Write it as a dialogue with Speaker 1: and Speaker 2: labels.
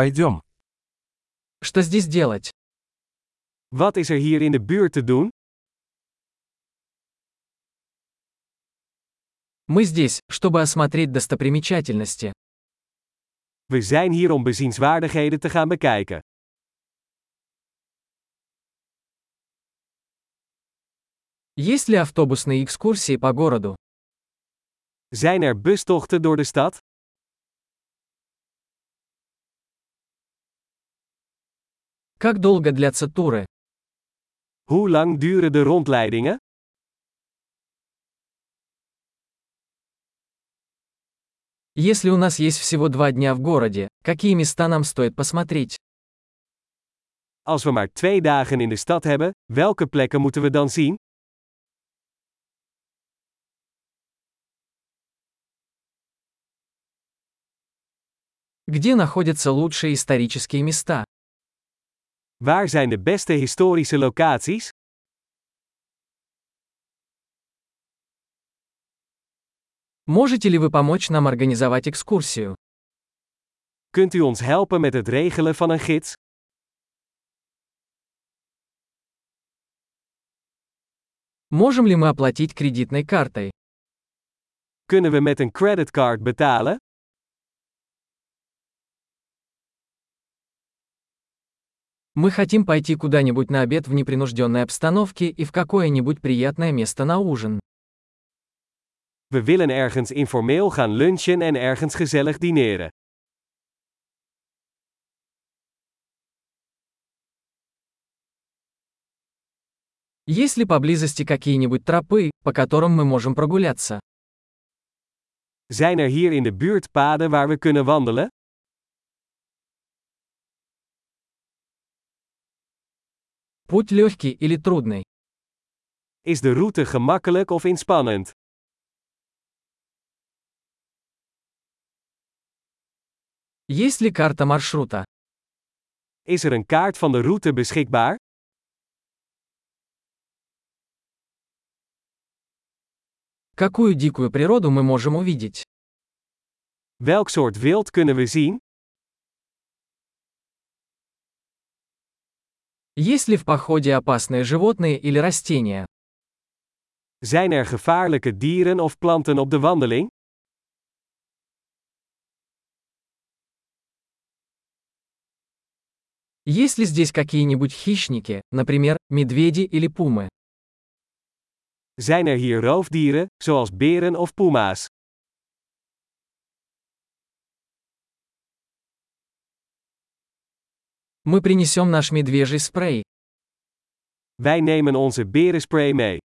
Speaker 1: Пойдем.
Speaker 2: Что здесь делать?
Speaker 3: Wat is er hier in de buurt te doen?
Speaker 2: Мы здесь, чтобы осмотреть достопримечательности.
Speaker 3: We zijn hier om bezienswaardigheden te gaan bekijken.
Speaker 2: Есть ли автобусные экскурсии по городу?
Speaker 3: Zijn er bustochten door de stad?
Speaker 2: Как долго длятся туры?
Speaker 3: Hoe lang duren de rondleidingen?
Speaker 2: Если у нас есть всего два дня в городе, какие места нам стоит посмотреть?
Speaker 3: Als we maar twee dagen in de stad hebben, welke plekken moeten we dan zien?
Speaker 2: Где находятся лучшие исторические места?
Speaker 3: Waar zijn de beste historische locaties?
Speaker 2: Можете ли вы помочь нам организовать экскурсию?
Speaker 3: Kunt u ons helpen met het regelen van een gids?
Speaker 2: Можем ли мы оплатить кредитной картой?
Speaker 3: Kunnen we met een creditcard betalen?
Speaker 2: Мы хотим пойти куда-нибудь на обед в непринужденной обстановке и в какое-нибудь приятное место на ужин.
Speaker 3: We willen ergens informeel gaan lunchen en ergens gezellig dineren.
Speaker 2: Есть ли поблизости какие-нибудь тропы, по которым мы можем прогуляться?
Speaker 3: Zijn er hier in de buurt paden waar we kunnen wandelen?
Speaker 2: Путь легкий или трудный?
Speaker 3: Is de route gemakkelijk of inspannend?
Speaker 2: Есть ли карта маршрута?
Speaker 3: Is er een kaart van de route beschikbaar?
Speaker 2: Какую дикую природу мы можем увидеть?
Speaker 3: Welk soort wild kunnen we zien?
Speaker 2: Есть ли в походе опасные животные или растения?
Speaker 3: Zijn er gevaarlijke dieren of planten op de wandeling?
Speaker 2: Есть ли здесь какие-нибудь хищники, например, медведи или пумы?
Speaker 3: Zijn er hier roofdieren, zoals beren of puma's?
Speaker 2: Мы принесем наш медвежий спрей.
Speaker 3: Wij nemen onze berenspray mee.